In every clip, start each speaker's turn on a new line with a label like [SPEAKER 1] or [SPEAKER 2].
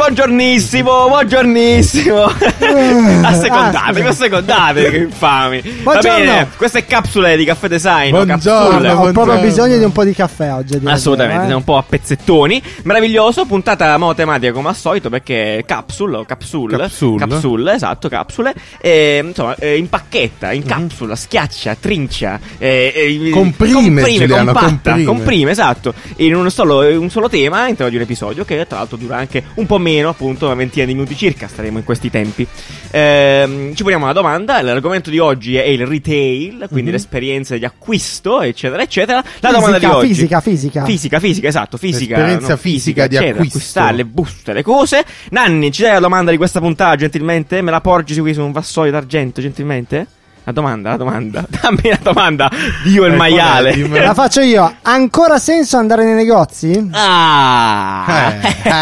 [SPEAKER 1] Buongiornissimo, buongiornissimo. assecondatevi, assecondatevi, che infami. Va
[SPEAKER 2] Buongiorno.
[SPEAKER 1] bene, questa è capsule di caffè design. no?
[SPEAKER 3] Buongiorno.
[SPEAKER 1] Capsule.
[SPEAKER 2] ho proprio
[SPEAKER 3] buongiorno.
[SPEAKER 2] bisogno di un po' di caffè oggi. direi,
[SPEAKER 1] Assolutamente,
[SPEAKER 2] eh.
[SPEAKER 1] siamo un po' a pezzettoni. Meraviglioso, puntata mo tematica come al solito perché capsule o capsule,
[SPEAKER 3] Capsule.
[SPEAKER 1] capsule, esatto, capsule, e, insomma, eh, impacchetta, incapsula, schiaccia, trincia, eh, eh,
[SPEAKER 3] Comprime, Giuliano,
[SPEAKER 1] compatta,
[SPEAKER 3] comprime.
[SPEAKER 1] comprime, esatto, in un solo, in un solo tema all'interno di un episodio che tra l'altro dura anche un po' meno, appunto una ventina di minuti circa, staremo in questi tempi. Ehm, ci poniamo una domanda, l'argomento di oggi è il retail, quindi
[SPEAKER 3] Mhm.
[SPEAKER 1] l'esperienza di acquisto, eccetera, eccetera. La domanda di
[SPEAKER 2] Fisica,
[SPEAKER 1] oggi.
[SPEAKER 2] fisica, fisica.
[SPEAKER 1] Fisica, fisica, esatto, fisica.
[SPEAKER 3] Esperienza fisica di
[SPEAKER 1] eccetera,
[SPEAKER 3] acquisto.
[SPEAKER 1] acquistare le buste, le cose. Nanni, ci dai la domanda di questa puntata, gentilmente? Me la porgi qui su un vassoio d'argento, gentilmente? La domanda, la domanda. Dammi la domanda. Dio il
[SPEAKER 3] Eh,
[SPEAKER 1] maiale.
[SPEAKER 3] qual è? Dimmi.
[SPEAKER 2] La faccio io. Ha ancora senso andare nei negozi?
[SPEAKER 1] Ah.
[SPEAKER 3] Eh, eh,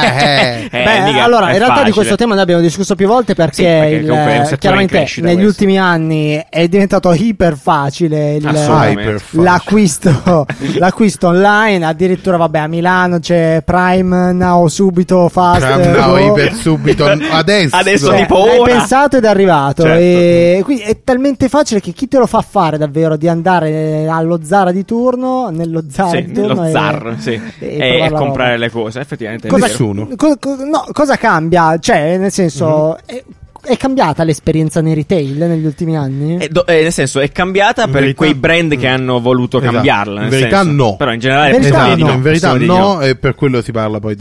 [SPEAKER 3] eh.
[SPEAKER 1] Eh,
[SPEAKER 2] Beh,
[SPEAKER 1] mica,
[SPEAKER 2] allora,
[SPEAKER 1] è
[SPEAKER 2] in realtà di
[SPEAKER 1] facile.
[SPEAKER 2] questo tema ne abbiamo discusso più volte perché,
[SPEAKER 1] Sì, perché
[SPEAKER 2] il-
[SPEAKER 1] comunque è un settore in
[SPEAKER 2] chiaramente
[SPEAKER 1] crescita
[SPEAKER 2] negli
[SPEAKER 1] questo.
[SPEAKER 2] ultimi anni è diventato iper facile il,
[SPEAKER 1] Assolutamente.
[SPEAKER 3] Hyper facile.
[SPEAKER 2] l'acquisto, l'acquisto online. Addirittura, vabbè, a Milano c'è Prime Now subito, Fast
[SPEAKER 3] Tram now,
[SPEAKER 2] Go.
[SPEAKER 3] iper subito, adesso.
[SPEAKER 1] Adesso
[SPEAKER 2] Cioè,
[SPEAKER 1] di- tipo
[SPEAKER 2] l'hai
[SPEAKER 1] ora.
[SPEAKER 2] pensato ed è arrivato.
[SPEAKER 1] Certo.
[SPEAKER 2] E qui è talmente facile che chi te lo fa fare davvero di andare allo Zara di turno, nello Zara
[SPEAKER 1] Sì,
[SPEAKER 2] di turno
[SPEAKER 1] nello
[SPEAKER 2] e-
[SPEAKER 1] zar, sì.
[SPEAKER 2] e
[SPEAKER 1] E,
[SPEAKER 2] provare
[SPEAKER 1] e
[SPEAKER 2] la
[SPEAKER 1] comprare
[SPEAKER 2] roba.
[SPEAKER 1] le cose, effettivamente. è
[SPEAKER 2] Cosa-
[SPEAKER 1] vero.
[SPEAKER 3] Nessuno.
[SPEAKER 2] Co- co- no, cosa cambia? Cioè, nel senso,
[SPEAKER 1] Mhm.
[SPEAKER 2] è, è cambiata l'esperienza nei retail negli ultimi anni?
[SPEAKER 1] Eh, do- eh, nel senso, è cambiata
[SPEAKER 3] In
[SPEAKER 1] per
[SPEAKER 3] verità-
[SPEAKER 1] quei brand che hanno voluto
[SPEAKER 3] Esatto.
[SPEAKER 1] cambiarla. nel
[SPEAKER 3] In verità
[SPEAKER 1] senso.
[SPEAKER 3] no.
[SPEAKER 1] Però in generale
[SPEAKER 2] In verità
[SPEAKER 1] possiamo dire di
[SPEAKER 2] no.
[SPEAKER 3] in verità
[SPEAKER 1] possiamo dire di
[SPEAKER 3] no, e per quello si parla poi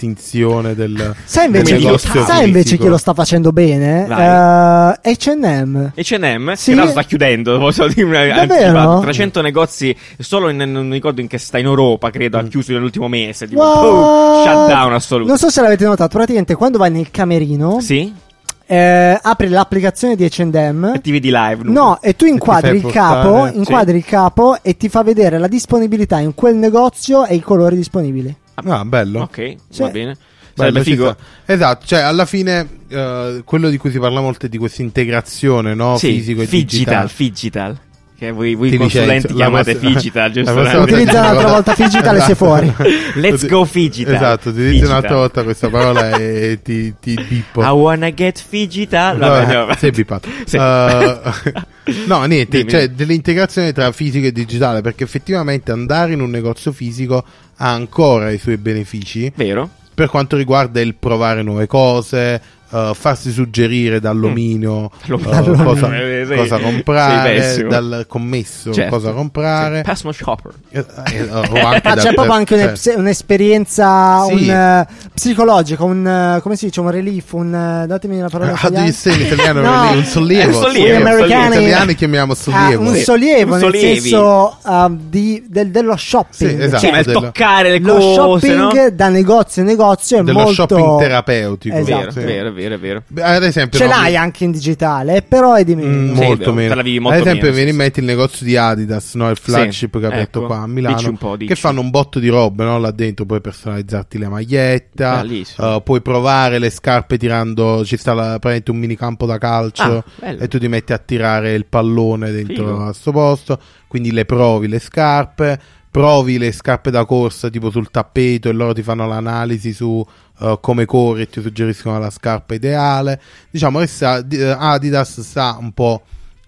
[SPEAKER 3] dell'estinzione del
[SPEAKER 2] Sai invece,
[SPEAKER 1] Come
[SPEAKER 2] chi,
[SPEAKER 1] lo
[SPEAKER 3] negozio
[SPEAKER 2] sai invece
[SPEAKER 3] fisico.
[SPEAKER 2] chi lo sta facendo bene? Eh, HM.
[SPEAKER 1] H&M che
[SPEAKER 2] Sì.
[SPEAKER 1] tra l'altro sta chiudendo posso dire
[SPEAKER 2] Davvero?
[SPEAKER 1] anticipato. 300 negozi solo in, non ricordo in che sta in Europa credo
[SPEAKER 3] Mm.
[SPEAKER 1] ha chiuso nell'ultimo mese tipo
[SPEAKER 2] What?
[SPEAKER 1] boom, shutdown assoluto
[SPEAKER 2] Non so se l'avete notato, praticamente quando vai nel camerino,
[SPEAKER 1] sì?
[SPEAKER 2] eh, apri l'applicazione di HM.
[SPEAKER 1] e TVD live nudo.
[SPEAKER 2] No, e tu inquadri
[SPEAKER 3] fai
[SPEAKER 2] il capo,
[SPEAKER 3] portare,
[SPEAKER 2] inquadri il capo e ti fa vedere la disponibilità in quel negozio e i colori disponibili.
[SPEAKER 3] Ah, bello.
[SPEAKER 1] ok
[SPEAKER 2] eh. Sì.
[SPEAKER 1] va bene
[SPEAKER 3] Bello,
[SPEAKER 1] sarebbe
[SPEAKER 3] ci
[SPEAKER 1] figo
[SPEAKER 3] sta. Esatto, cioè alla fine eh, quello di cui si parla molto è di questa integrazione, no,
[SPEAKER 1] sì,
[SPEAKER 3] fisico e
[SPEAKER 1] digital
[SPEAKER 3] digitale.
[SPEAKER 1] figital che voi, voi
[SPEAKER 3] Ti
[SPEAKER 1] consulenti
[SPEAKER 3] licenzio. La
[SPEAKER 1] chiamate
[SPEAKER 3] prossima-
[SPEAKER 1] figital
[SPEAKER 3] la prossima
[SPEAKER 1] giusto?
[SPEAKER 3] volta
[SPEAKER 2] Utilizza
[SPEAKER 3] ti dico-
[SPEAKER 2] un'altra volta Figital e sei fuori.
[SPEAKER 1] Let's go Figital.
[SPEAKER 3] Esatto, utilizza
[SPEAKER 1] Figital.
[SPEAKER 3] un'altra volta questa parola e ti, ti bippo.
[SPEAKER 1] I wanna get figital
[SPEAKER 3] No,
[SPEAKER 1] Vabbè,
[SPEAKER 3] eh,
[SPEAKER 1] andiamo
[SPEAKER 3] sei
[SPEAKER 1] avanti.
[SPEAKER 3] bippato.
[SPEAKER 1] Sì.
[SPEAKER 3] Eh, no, niente,
[SPEAKER 1] Dimmi.
[SPEAKER 3] cioè dell'integrazione tra fisico e digitale, perché effettivamente andare in un negozio fisico ha ancora i suoi benefici
[SPEAKER 1] vero
[SPEAKER 3] per quanto riguarda il provare nuove cose, eh, farsi suggerire dall'omino eh,
[SPEAKER 1] Dall'omino,
[SPEAKER 3] cosa,
[SPEAKER 1] Mm. eh, sei-
[SPEAKER 3] cosa
[SPEAKER 1] sei
[SPEAKER 3] comprare,
[SPEAKER 1] pessimo.
[SPEAKER 3] dal commesso
[SPEAKER 1] Certo.
[SPEAKER 3] cosa comprare.
[SPEAKER 1] Sì, pass my shopper
[SPEAKER 3] Eh, eh, o anche
[SPEAKER 2] Ah,
[SPEAKER 3] dal-
[SPEAKER 2] c'è proprio anche
[SPEAKER 3] cioè,
[SPEAKER 2] un'e- un'esperienza
[SPEAKER 3] Sì.
[SPEAKER 2] un, eh, psicologico, un eh, come si dice, un relief, un eh, datemi una parola
[SPEAKER 3] How do you
[SPEAKER 2] italiana.
[SPEAKER 3] say Ah, in italiano?
[SPEAKER 2] No.
[SPEAKER 3] really? Un sollievo.
[SPEAKER 1] Un sollievo,
[SPEAKER 3] Sollievo.
[SPEAKER 1] un sollievo.
[SPEAKER 3] Gli italiani chiamiamo
[SPEAKER 2] Ah,
[SPEAKER 3] sollievo.
[SPEAKER 2] un
[SPEAKER 1] Sì.
[SPEAKER 2] sollievo,
[SPEAKER 1] Un
[SPEAKER 2] nel
[SPEAKER 1] sollievi.
[SPEAKER 2] senso ah, di- del- dello shopping.
[SPEAKER 3] Sì, esatto.
[SPEAKER 1] Sì, ma il
[SPEAKER 3] dello-
[SPEAKER 1] toccare le
[SPEAKER 2] Lo
[SPEAKER 1] cose, no?
[SPEAKER 2] shopping da negozio in negozio è
[SPEAKER 3] dello
[SPEAKER 2] molto
[SPEAKER 3] shopping terapeutico.
[SPEAKER 2] Esatto.
[SPEAKER 1] Vero,
[SPEAKER 3] Sì.
[SPEAKER 1] vero, vero, vero.
[SPEAKER 3] Beh, Ad esempio,
[SPEAKER 2] Ce
[SPEAKER 3] no,
[SPEAKER 2] l'hai
[SPEAKER 3] mi-
[SPEAKER 2] anche in digitale, però è di meno.
[SPEAKER 3] Mm,
[SPEAKER 1] Sì,
[SPEAKER 3] molto
[SPEAKER 1] vero,
[SPEAKER 3] meno.
[SPEAKER 1] te la vivi molto
[SPEAKER 3] Ad esempio,
[SPEAKER 1] meno,
[SPEAKER 3] mi viene
[SPEAKER 1] sì,
[SPEAKER 3] in mente il negozio di Adidas, no? il flagship che ha aperto
[SPEAKER 1] ecco.
[SPEAKER 3] qua a Milano,
[SPEAKER 1] Dici un po', dici.
[SPEAKER 3] che fanno un botto di robe no? là dentro. Puoi personalizzarti la maglietta,
[SPEAKER 1] Bellissimo.
[SPEAKER 3] eh, puoi provare le scarpe tirando. Ci sta la- praticamente un minicampo da calcio
[SPEAKER 1] Ah, bello.
[SPEAKER 3] e tu ti metti a tirare il pallone dentro
[SPEAKER 1] Figo.
[SPEAKER 3] a sto posto. Quindi le provi le scarpe. Provi le scarpe da corsa tipo sul tappeto e loro ti fanno l'analisi su eh, come corri e ti suggeriscono la scarpa ideale. Diciamo che sta- di- eh, Adidas sta un po'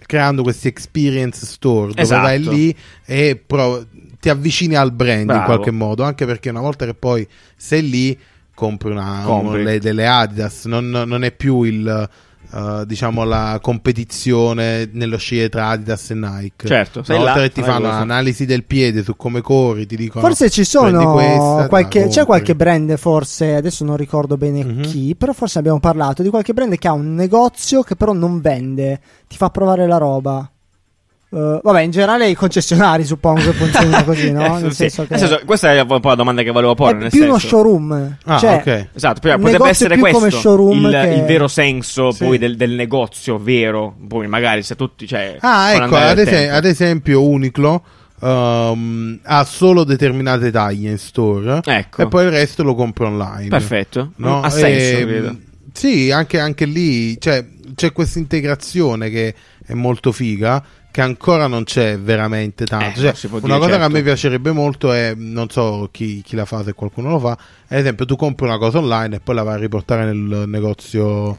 [SPEAKER 3] creando questi experience store dove
[SPEAKER 1] Esatto.
[SPEAKER 3] vai lì e pro- ti avvicini al brand in
[SPEAKER 1] Bravo.
[SPEAKER 3] qualche modo, anche perché una volta che poi sei lì compri, una,
[SPEAKER 1] Compri.
[SPEAKER 3] un- le- delle Adidas, non, non è più il... eh, diciamo la competizione nello scegliere tra Adidas e Nike
[SPEAKER 1] Certo, sei
[SPEAKER 3] una volta
[SPEAKER 1] là,
[SPEAKER 3] che ti
[SPEAKER 1] fai
[SPEAKER 3] fanno
[SPEAKER 1] cosa.
[SPEAKER 3] l'analisi del piede su come corri ti dicono
[SPEAKER 2] Forse ci
[SPEAKER 3] prendi
[SPEAKER 2] sono
[SPEAKER 3] questa,
[SPEAKER 2] qualche,
[SPEAKER 3] la
[SPEAKER 2] c'è
[SPEAKER 3] compri.
[SPEAKER 2] qualche brand, forse adesso non ricordo bene
[SPEAKER 3] Mhm.
[SPEAKER 2] chi, però forse abbiamo parlato di qualche brand che ha un negozio che però non vende, ti fa provare la roba. Eh, vabbè, in generale i concessionari suppongo che funzionino così, no?
[SPEAKER 1] Sì,
[SPEAKER 2] Nel
[SPEAKER 1] sì.
[SPEAKER 2] senso che
[SPEAKER 1] Nel senso, questa è un po' la domanda che volevo porre.
[SPEAKER 2] è più
[SPEAKER 1] nel
[SPEAKER 2] uno
[SPEAKER 1] senso-
[SPEAKER 2] showroom.
[SPEAKER 3] Ah,
[SPEAKER 2] cioè,
[SPEAKER 3] ok.
[SPEAKER 1] Esatto, però
[SPEAKER 2] un
[SPEAKER 1] potrebbe
[SPEAKER 2] negozio
[SPEAKER 1] essere
[SPEAKER 2] più
[SPEAKER 1] questo
[SPEAKER 2] come showroom
[SPEAKER 1] il,
[SPEAKER 2] che-
[SPEAKER 1] il vero senso
[SPEAKER 3] Sì.
[SPEAKER 1] poi del, del negozio vero. Poi magari se tutti. Cioè,
[SPEAKER 3] Ah,
[SPEAKER 1] con
[SPEAKER 3] ecco,
[SPEAKER 1] andare
[SPEAKER 3] ad,
[SPEAKER 1] del
[SPEAKER 3] ese-
[SPEAKER 1] tempo.
[SPEAKER 3] ad esempio Uniqlo ehm, ha solo determinate taglie in store
[SPEAKER 1] Ecco.
[SPEAKER 3] e poi il resto lo compro online.
[SPEAKER 1] Perfetto.
[SPEAKER 3] No?
[SPEAKER 1] Ha senso,
[SPEAKER 3] Ehm,
[SPEAKER 1] credo.
[SPEAKER 3] Sì, anche, anche lì cioè, c'è questa integrazione che è molto figa che ancora non c'è veramente tanto.
[SPEAKER 1] Eh,
[SPEAKER 3] Cioè,
[SPEAKER 1] non si può
[SPEAKER 3] una
[SPEAKER 1] dire,
[SPEAKER 3] cosa che a
[SPEAKER 1] certo.
[SPEAKER 3] me piacerebbe molto è, non so chi, chi la fa, se qualcuno lo fa, ad esempio tu compri una cosa online e poi la vai a riportare nel negozio eh,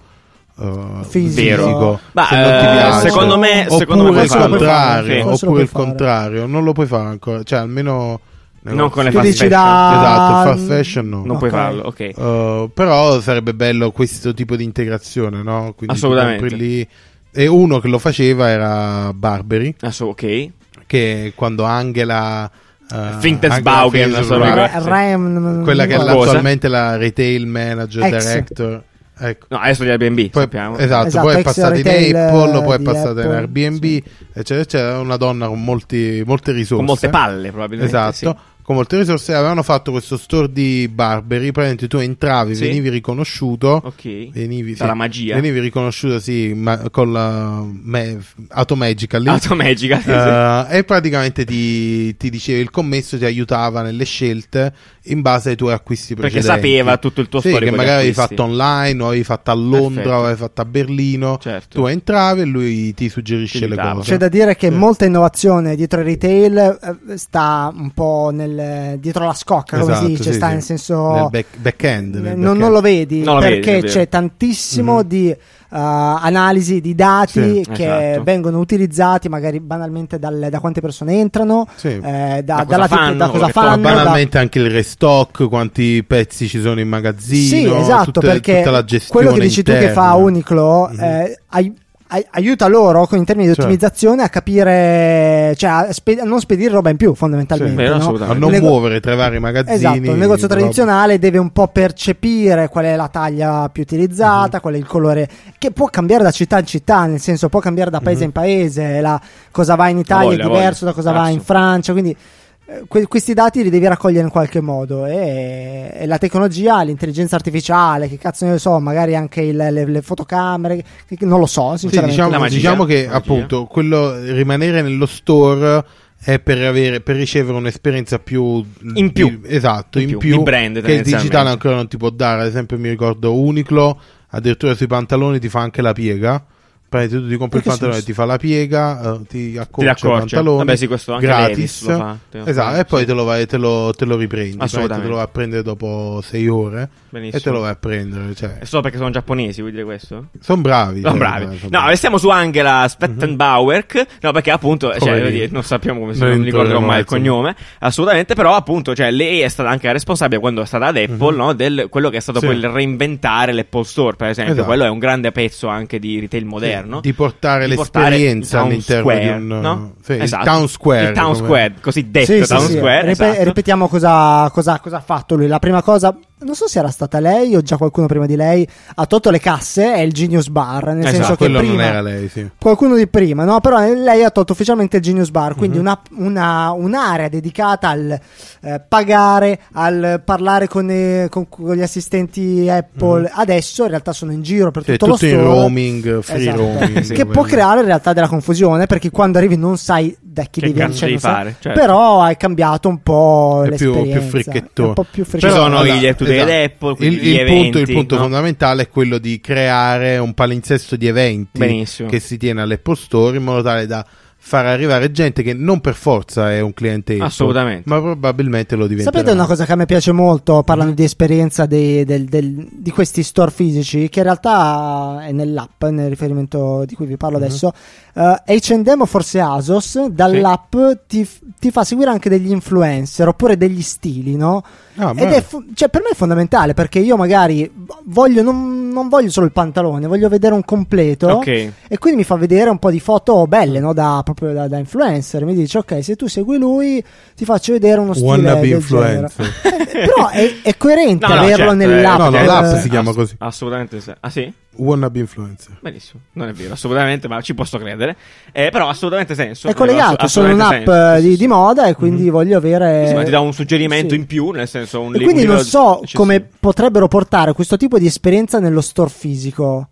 [SPEAKER 2] Fisico.
[SPEAKER 3] fisico.
[SPEAKER 1] Ma,
[SPEAKER 3] se non ti
[SPEAKER 1] eh,
[SPEAKER 3] piace.
[SPEAKER 1] secondo me,
[SPEAKER 3] oppure
[SPEAKER 1] secondo me puoi
[SPEAKER 3] il
[SPEAKER 1] farlo.
[SPEAKER 3] contrario,
[SPEAKER 1] Sì.
[SPEAKER 2] Forse lo
[SPEAKER 3] oppure
[SPEAKER 2] puoi
[SPEAKER 3] il
[SPEAKER 2] fare.
[SPEAKER 3] contrario, non lo puoi fare ancora, cioè almeno...
[SPEAKER 1] Non con le
[SPEAKER 2] Tu
[SPEAKER 1] fast
[SPEAKER 2] dici
[SPEAKER 1] fashion.
[SPEAKER 2] da-
[SPEAKER 3] Esatto, fast fashion no.
[SPEAKER 1] Non puoi
[SPEAKER 2] Ok.
[SPEAKER 1] farlo, ok.
[SPEAKER 3] Uh, però sarebbe bello questo tipo di integrazione, no? Quindi
[SPEAKER 1] Assolutamente.
[SPEAKER 3] tu compri lì- E uno che lo faceva era Barberi,
[SPEAKER 1] Ah, so, ok.
[SPEAKER 3] che quando Angela... eh,
[SPEAKER 1] Finkelsbaugen,
[SPEAKER 3] Angela
[SPEAKER 1] non so,
[SPEAKER 3] Finkelsbaugen,
[SPEAKER 1] ricordo.
[SPEAKER 2] Re- Rem-
[SPEAKER 3] quella che è la-
[SPEAKER 1] Cosa?
[SPEAKER 3] attualmente la retail manager
[SPEAKER 2] Ex.
[SPEAKER 3] director. Ecco.
[SPEAKER 1] No, adesso di Airbnb,
[SPEAKER 3] Poi-
[SPEAKER 1] sappiamo.
[SPEAKER 3] esatto,
[SPEAKER 2] Esatto,
[SPEAKER 3] poi è
[SPEAKER 2] ex
[SPEAKER 3] passata in
[SPEAKER 2] retail,
[SPEAKER 3] Apple,
[SPEAKER 2] eh,
[SPEAKER 3] poi è
[SPEAKER 2] di
[SPEAKER 3] passata in
[SPEAKER 2] Apple,
[SPEAKER 3] Airbnb,
[SPEAKER 2] sì.
[SPEAKER 3] eccetera, eccetera. Una donna con molti, molte risorse.
[SPEAKER 1] Con molte palle, probabilmente.
[SPEAKER 3] Esatto,
[SPEAKER 1] sì.
[SPEAKER 3] con molte risorse avevano fatto questo store di Barberi, praticamente tu entravi,
[SPEAKER 1] Sì.
[SPEAKER 3] venivi riconosciuto,
[SPEAKER 1] Ok.
[SPEAKER 3] venivi, sì,
[SPEAKER 1] Dalla magia.
[SPEAKER 3] venivi riconosciuto sì, ma- con la me, Automagical.
[SPEAKER 1] Automagica. Ah, sì, sì.
[SPEAKER 3] Eh, e praticamente ti, ti diceva il commesso ti aiutava nelle scelte in base ai tuoi acquisti
[SPEAKER 1] Perché
[SPEAKER 3] precedenti
[SPEAKER 1] sapeva tutto il tuo
[SPEAKER 3] sì,
[SPEAKER 1] storico
[SPEAKER 3] che
[SPEAKER 1] di
[SPEAKER 3] magari avevi
[SPEAKER 1] acquisti.
[SPEAKER 3] fatto online o avevi fatto a Londra
[SPEAKER 1] Perfetto.
[SPEAKER 3] o avevi fatto a Berlino
[SPEAKER 1] Certo.
[SPEAKER 3] tu entravi e lui ti suggerisce
[SPEAKER 1] Ti
[SPEAKER 3] le
[SPEAKER 1] aiutava.
[SPEAKER 3] cose
[SPEAKER 2] C'è da dire che
[SPEAKER 3] Sì.
[SPEAKER 2] molta innovazione dietro il retail eh, sta un po' nel, dietro la scocca, come
[SPEAKER 3] Esatto,
[SPEAKER 2] si dice,
[SPEAKER 3] sì,
[SPEAKER 2] cioè, sta
[SPEAKER 3] sì.
[SPEAKER 2] nel senso...
[SPEAKER 3] Nel back- back-end, nel
[SPEAKER 2] Non-
[SPEAKER 3] back-end.
[SPEAKER 2] Non lo vedi
[SPEAKER 1] Non lo vedi,
[SPEAKER 2] perché
[SPEAKER 1] è vero.
[SPEAKER 2] c'è tantissimo
[SPEAKER 3] Mhm.
[SPEAKER 2] di eh, analisi di dati
[SPEAKER 3] Sì,
[SPEAKER 2] che
[SPEAKER 1] esatto.
[SPEAKER 2] vengono utilizzati magari banalmente dal- da quante persone entrano,
[SPEAKER 3] Sì.
[SPEAKER 2] eh, da,
[SPEAKER 1] cosa
[SPEAKER 2] dalla tip-
[SPEAKER 1] fanno,
[SPEAKER 2] da cosa
[SPEAKER 1] perché sono
[SPEAKER 2] fanno, Ah, da-
[SPEAKER 3] banalmente anche il restock quanti pezzi ci sono in magazzino
[SPEAKER 2] Sì, esatto,
[SPEAKER 3] tutte-
[SPEAKER 2] perché
[SPEAKER 3] tutta la gestione
[SPEAKER 2] quello che dici tu che
[SPEAKER 3] interna.
[SPEAKER 2] fa Uniqlo
[SPEAKER 3] Mhm.
[SPEAKER 2] eh, ai- ai- aiuta loro con- in termini di
[SPEAKER 3] Certo.
[SPEAKER 2] ottimizzazione a capire, cioè a, spe- a non spedire roba in più fondamentalmente.
[SPEAKER 1] Sì, vero,
[SPEAKER 2] no?
[SPEAKER 1] assolutamente.
[SPEAKER 3] a non
[SPEAKER 2] Nego-
[SPEAKER 3] muovere tra i vari magazzini
[SPEAKER 2] Esatto, il negozio
[SPEAKER 3] proprio.
[SPEAKER 2] tradizionale deve un po' percepire qual è la taglia più utilizzata, qual è il colore, che può cambiare da città in città, nel senso può cambiare da paese in paese, la, cosa va in Italia
[SPEAKER 1] voglia,
[SPEAKER 2] è diverso da
[SPEAKER 1] voglia.
[SPEAKER 2] cosa va in
[SPEAKER 1] Cazzo.
[SPEAKER 2] Francia, quindi eh, que- questi dati li devi raccogliere in qualche modo e, e la tecnologia, l'intelligenza artificiale, che cazzo ne so, magari anche il- le, le fotocamere, che- che non lo so,
[SPEAKER 3] Sì,
[SPEAKER 2] sinceramente.
[SPEAKER 1] Cioè, La
[SPEAKER 3] diciamo,
[SPEAKER 1] magia.
[SPEAKER 3] diciamo che
[SPEAKER 1] La magia.
[SPEAKER 3] appunto quello rimanere nello store è per, avere, per ricevere un'esperienza più
[SPEAKER 1] In più.
[SPEAKER 3] di- esatto, in,
[SPEAKER 1] In più,
[SPEAKER 3] più,
[SPEAKER 1] di brand,
[SPEAKER 3] che il
[SPEAKER 1] tendenzialmente.
[SPEAKER 3] digitale ancora non ti può dare. Ad esempio, mi ricordo Uniqlo, addirittura sui pantaloni ti fa anche la piega. Praticamente tu ti compri
[SPEAKER 2] In
[SPEAKER 3] il
[SPEAKER 2] che
[SPEAKER 3] pantalone,
[SPEAKER 2] senso?
[SPEAKER 3] ti fa la piega, eh, ti
[SPEAKER 1] Ti
[SPEAKER 3] accorcia il
[SPEAKER 1] accorgi.
[SPEAKER 3] pantalone
[SPEAKER 1] Vabbè, sì, questo anche Levi's
[SPEAKER 3] gratis.
[SPEAKER 1] lo fa.
[SPEAKER 3] Esatto, e poi
[SPEAKER 1] Sì,
[SPEAKER 3] te lo vai te lo, te lo riprendi, praticamente te
[SPEAKER 1] Assolutamente.
[SPEAKER 3] lo vai a prendere dopo 6 ore
[SPEAKER 1] Benissimo.
[SPEAKER 3] e te lo vai a prendere. Cioè,
[SPEAKER 1] È solo perché sono giapponesi, vuol dire questo?
[SPEAKER 3] sono bravi.
[SPEAKER 1] Sono
[SPEAKER 3] cioè,
[SPEAKER 1] bravi.
[SPEAKER 3] sono
[SPEAKER 1] No, restiamo su Angela Spettenbauer. No, perché appunto, cioè,
[SPEAKER 3] Poverino.
[SPEAKER 1] voglio dire, non sappiamo come si
[SPEAKER 3] Non
[SPEAKER 1] chiama, non ricorderò
[SPEAKER 3] entreremo
[SPEAKER 1] mai il
[SPEAKER 3] mai,
[SPEAKER 1] cognome. Assolutamente, però appunto, cioè, lei è stata anche la responsabile quando è stata ad Apple, no, del quello che è stato
[SPEAKER 3] Mhm. Sì.
[SPEAKER 1] poi il reinventare l'Apple Store, per esempio.
[SPEAKER 3] Esatto.
[SPEAKER 1] Quello è un grande pezzo anche di retail moderno.
[SPEAKER 3] Di portare
[SPEAKER 1] Di portare
[SPEAKER 3] l'esperienza
[SPEAKER 1] il town
[SPEAKER 3] all'interno
[SPEAKER 1] square,
[SPEAKER 3] di un
[SPEAKER 1] no?
[SPEAKER 3] sì,
[SPEAKER 1] Esatto.
[SPEAKER 3] il town square.
[SPEAKER 1] Il town
[SPEAKER 3] come-
[SPEAKER 1] square, così detto
[SPEAKER 2] Sì, sì,
[SPEAKER 1] town
[SPEAKER 2] sì.
[SPEAKER 1] square.
[SPEAKER 2] Ripe-
[SPEAKER 1] esatto.
[SPEAKER 2] Ripetiamo cosa, cosa- cosa ha fatto lui. La prima cosa, non so se era stata lei o già qualcuno prima di lei, ha tolto le casse, è il Genius Bar, nel
[SPEAKER 1] Esatto,
[SPEAKER 3] Ah,
[SPEAKER 2] senso che
[SPEAKER 3] quello non
[SPEAKER 2] prima...
[SPEAKER 3] era lei, sì.
[SPEAKER 2] Qualcuno di prima, no? Però eh, lei ha tolto ufficialmente il Genius
[SPEAKER 3] Mhm.
[SPEAKER 2] Bar, quindi una- una- un'area dedicata al eh, pagare, al parlare con, eh, con- con gli assistenti Apple. Adesso in realtà sono in giro per
[SPEAKER 3] Mhm. Sì,
[SPEAKER 2] tutto, lo
[SPEAKER 3] tutto in
[SPEAKER 2] store.
[SPEAKER 3] roaming, free
[SPEAKER 2] Esatto.
[SPEAKER 3] roaming.
[SPEAKER 2] che può
[SPEAKER 3] quello.
[SPEAKER 2] creare in realtà della confusione perché quando arrivi non sai da chi
[SPEAKER 1] Che
[SPEAKER 2] devi
[SPEAKER 1] cazzo devi
[SPEAKER 2] accedere, non sai.
[SPEAKER 1] fare, certo.
[SPEAKER 2] però hai cambiato un po'
[SPEAKER 3] È più- più
[SPEAKER 2] l'esperienza,
[SPEAKER 3] fricchettone.
[SPEAKER 2] è un po' più
[SPEAKER 1] Ci
[SPEAKER 2] fricchettone.
[SPEAKER 1] sono gli App to Date Apple,
[SPEAKER 3] esatto. il,
[SPEAKER 1] quindi gli
[SPEAKER 3] il punto, il
[SPEAKER 1] eventi,
[SPEAKER 3] punto
[SPEAKER 1] no?
[SPEAKER 3] fondamentale è quello di creare un palinsesto di eventi
[SPEAKER 1] Benissimo.
[SPEAKER 3] che si tiene all'Apple Store in modo tale da far arrivare gente che non per forza è un cliente Apple,
[SPEAKER 1] Assolutamente.
[SPEAKER 3] ma probabilmente lo diventerà.
[SPEAKER 2] Sapete una cosa che a me piace molto parlando di esperienza dei- del- del- di questi store fisici, che in realtà è nell'app, nel riferimento di cui vi
[SPEAKER 3] Mm-hmm.
[SPEAKER 2] parlo adesso. eh, HM o forse Asos dall'app ti, f- ti fa seguire anche degli influencer oppure degli stili, no?
[SPEAKER 3] Ah,
[SPEAKER 2] Ed
[SPEAKER 3] bello.
[SPEAKER 2] è fu- cioè, per me è fondamentale perché io magari voglio, non, non voglio solo il pantalone, voglio vedere un completo.
[SPEAKER 1] Ok.
[SPEAKER 2] E quindi mi fa vedere un po' di foto belle, no? Da, proprio da, da influencer. Mi dice, ok, se tu segui lui, ti faccio vedere uno stile
[SPEAKER 3] Wannabe
[SPEAKER 2] del
[SPEAKER 3] influencer.
[SPEAKER 2] genere. Eh, Però è, è coerente
[SPEAKER 1] No, no,
[SPEAKER 2] averlo
[SPEAKER 1] certo, eh,
[SPEAKER 2] nell'app.
[SPEAKER 3] no, no,
[SPEAKER 2] eh,
[SPEAKER 3] l'app si chiama
[SPEAKER 1] ass-
[SPEAKER 3] così.
[SPEAKER 1] Assolutamente sì. Ah sì?
[SPEAKER 3] Wannabe influencer.
[SPEAKER 1] Benissimo, non è vero, assolutamente, ma ci posso credere. Eh, però ha assolutamente senso.
[SPEAKER 2] È collegato, sono
[SPEAKER 1] Assolutamente
[SPEAKER 2] un'app
[SPEAKER 1] senso. Sì,
[SPEAKER 2] eh, di,
[SPEAKER 1] sì, Mm-hmm.
[SPEAKER 2] di moda e quindi voglio avere...
[SPEAKER 1] Sì, ma ti dà un suggerimento
[SPEAKER 2] Sì.
[SPEAKER 1] in più, nel senso un
[SPEAKER 2] E
[SPEAKER 1] li-
[SPEAKER 2] quindi
[SPEAKER 1] un
[SPEAKER 2] non
[SPEAKER 1] livello
[SPEAKER 2] so
[SPEAKER 1] eccessivo.
[SPEAKER 2] come potrebbero portare questo tipo di esperienza nello store fisico.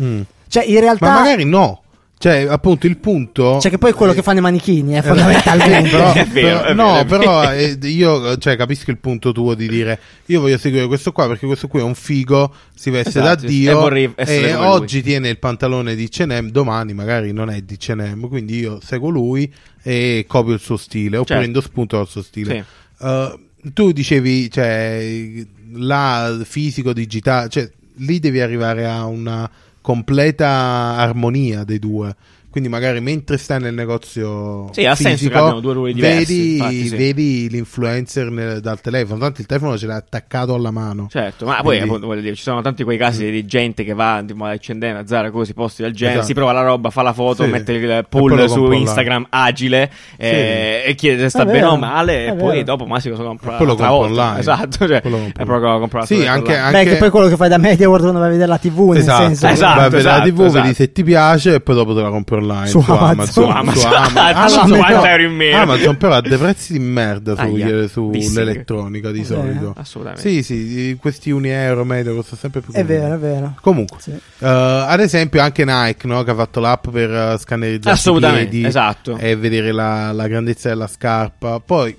[SPEAKER 3] Mm.
[SPEAKER 2] Cioè, in realtà...
[SPEAKER 3] Ma magari no. Cioè, appunto, il punto...
[SPEAKER 2] Cioè, che poi è quello
[SPEAKER 3] Eh,
[SPEAKER 2] che fanno i manichini, eh, fondamentalmente.
[SPEAKER 3] però,
[SPEAKER 1] È vero,
[SPEAKER 3] però-
[SPEAKER 1] è
[SPEAKER 3] no,
[SPEAKER 1] vero, è
[SPEAKER 3] però
[SPEAKER 1] vero.
[SPEAKER 3] eh, io cioè, capisco il punto tuo di dire io voglio seguire questo qua perché questo qui è un figo, si veste
[SPEAKER 1] Esatto,
[SPEAKER 3] da
[SPEAKER 1] sì.
[SPEAKER 3] Dio
[SPEAKER 1] E vorrei essere
[SPEAKER 3] e
[SPEAKER 1] come lui.
[SPEAKER 3] oggi tiene il pantalone di Cenem, domani magari non è di Cenem, quindi io seguo lui e copio il suo stile o
[SPEAKER 1] Certo.
[SPEAKER 3] prendo spunto dal suo stile.
[SPEAKER 1] Sì.
[SPEAKER 3] Eh, tu dicevi, cioè, la fisico, digitale, cioè, lì devi arrivare a una completa armonia dei due. Quindi magari mentre stai nel negozio
[SPEAKER 1] Sì, ha
[SPEAKER 3] fisico,
[SPEAKER 1] senso che abbiano due ruoli diversi,
[SPEAKER 3] vedi,
[SPEAKER 1] infatti, sì.
[SPEAKER 3] vedi l'influencer nel- dal telefono, tanto il telefono ce l'ha attaccato alla mano.
[SPEAKER 1] Certo, ma poi
[SPEAKER 3] Quindi- Mm.
[SPEAKER 1] appunto, voglio dire, ci sono tanti quei casi di gente che va tipo, a Cendena, a Zara, così, posti del genere,
[SPEAKER 3] Esatto.
[SPEAKER 1] si prova la roba, fa la foto,
[SPEAKER 3] Sì.
[SPEAKER 1] mette
[SPEAKER 3] E
[SPEAKER 1] il
[SPEAKER 3] poi lo
[SPEAKER 1] poll su
[SPEAKER 3] compra là.
[SPEAKER 1] Instagram agile eh, e chiede se sta
[SPEAKER 2] È
[SPEAKER 1] bene
[SPEAKER 2] vero,
[SPEAKER 1] o male
[SPEAKER 2] è
[SPEAKER 1] e poi
[SPEAKER 2] vero.
[SPEAKER 1] dopo Massimo lo compra
[SPEAKER 3] E poi lo
[SPEAKER 1] un'altra
[SPEAKER 3] compra
[SPEAKER 1] volta.
[SPEAKER 3] online.
[SPEAKER 1] Esatto, cioè,
[SPEAKER 3] Poi lo compra
[SPEAKER 1] e poi lo compra
[SPEAKER 3] Sì,
[SPEAKER 1] un'altra
[SPEAKER 3] anche-
[SPEAKER 1] volta
[SPEAKER 3] anche-
[SPEAKER 2] Beh, che poi quello che fai da MediaWorld quando vai a vedere la TV,
[SPEAKER 3] Esatto,
[SPEAKER 2] nel senso.
[SPEAKER 1] Esatto.
[SPEAKER 3] vai a vedere la
[SPEAKER 1] esatto,
[SPEAKER 3] TV, vedi
[SPEAKER 1] esatto.
[SPEAKER 3] se ti piace e poi dopo te la compri online
[SPEAKER 2] Su
[SPEAKER 3] su, Amazon.
[SPEAKER 2] Amazon.
[SPEAKER 1] Su
[SPEAKER 3] Su
[SPEAKER 1] Amazon.
[SPEAKER 3] Amazon.
[SPEAKER 1] Amazon,
[SPEAKER 3] però-
[SPEAKER 1] 40 euro in meno.
[SPEAKER 3] Amazon però ha dei prezzi di merda su-
[SPEAKER 1] Aia, dissing.
[SPEAKER 3] sull'elettronica di
[SPEAKER 2] Eh,
[SPEAKER 3] solito.
[SPEAKER 1] assolutamente.
[SPEAKER 3] Sì, sì, questi 1 euro medio costa sempre più.
[SPEAKER 2] È vero, è vero.
[SPEAKER 3] Comunque,
[SPEAKER 2] Sì.
[SPEAKER 3] eh, ad esempio anche Nike no, che ha fatto l'app per eh, scannerizzare
[SPEAKER 1] Assolutamente,
[SPEAKER 3] i piedi
[SPEAKER 1] esatto.
[SPEAKER 3] e vedere la, la grandezza della scarpa. Poi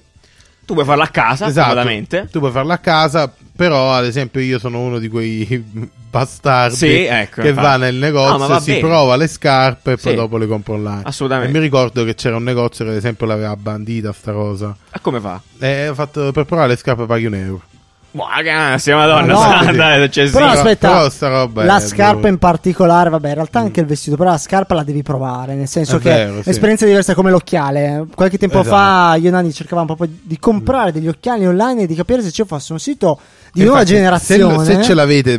[SPEAKER 1] Tu puoi farla a casa, Esatto, assolutamente.
[SPEAKER 3] Esatto. tu puoi farla a casa, però ad esempio io sono uno di quei bastardi
[SPEAKER 1] Sì, ecco,
[SPEAKER 3] che
[SPEAKER 1] infatti.
[SPEAKER 3] va nel negozio,
[SPEAKER 1] No, ma va
[SPEAKER 3] si
[SPEAKER 1] bene.
[SPEAKER 3] prova le scarpe e poi
[SPEAKER 1] Sì.
[SPEAKER 3] dopo le compro online. E
[SPEAKER 1] Assolutamente.
[SPEAKER 3] mi ricordo che c'era un negozio che ad esempio l'aveva bandita sta cosa.
[SPEAKER 1] Ma come fa?
[SPEAKER 3] E ho fatto per provare le scarpe paghi un euro.
[SPEAKER 1] Buona grazie, madonna,
[SPEAKER 2] No,
[SPEAKER 1] santa,
[SPEAKER 3] sì.
[SPEAKER 1] dai, c'è sì.
[SPEAKER 2] Però
[SPEAKER 3] Però-
[SPEAKER 2] aspetta,
[SPEAKER 3] però sta roba
[SPEAKER 2] la
[SPEAKER 3] è
[SPEAKER 2] scarpa
[SPEAKER 3] brutta. Mm.
[SPEAKER 2] in particolare, vabbè, in realtà anche il vestito, però la scarpa la devi provare, nel senso
[SPEAKER 3] È
[SPEAKER 2] che
[SPEAKER 3] vero, sì.
[SPEAKER 2] esperienza diversa come l'occhiale. Qualche tempo
[SPEAKER 3] Esatto.
[SPEAKER 2] fa io e Nani cercavamo proprio di comprare degli occhiali online e di capire se ci fosse un sito di
[SPEAKER 3] Infatti,
[SPEAKER 2] nuova
[SPEAKER 3] se-
[SPEAKER 2] generazione.
[SPEAKER 3] Se, ce l'avete,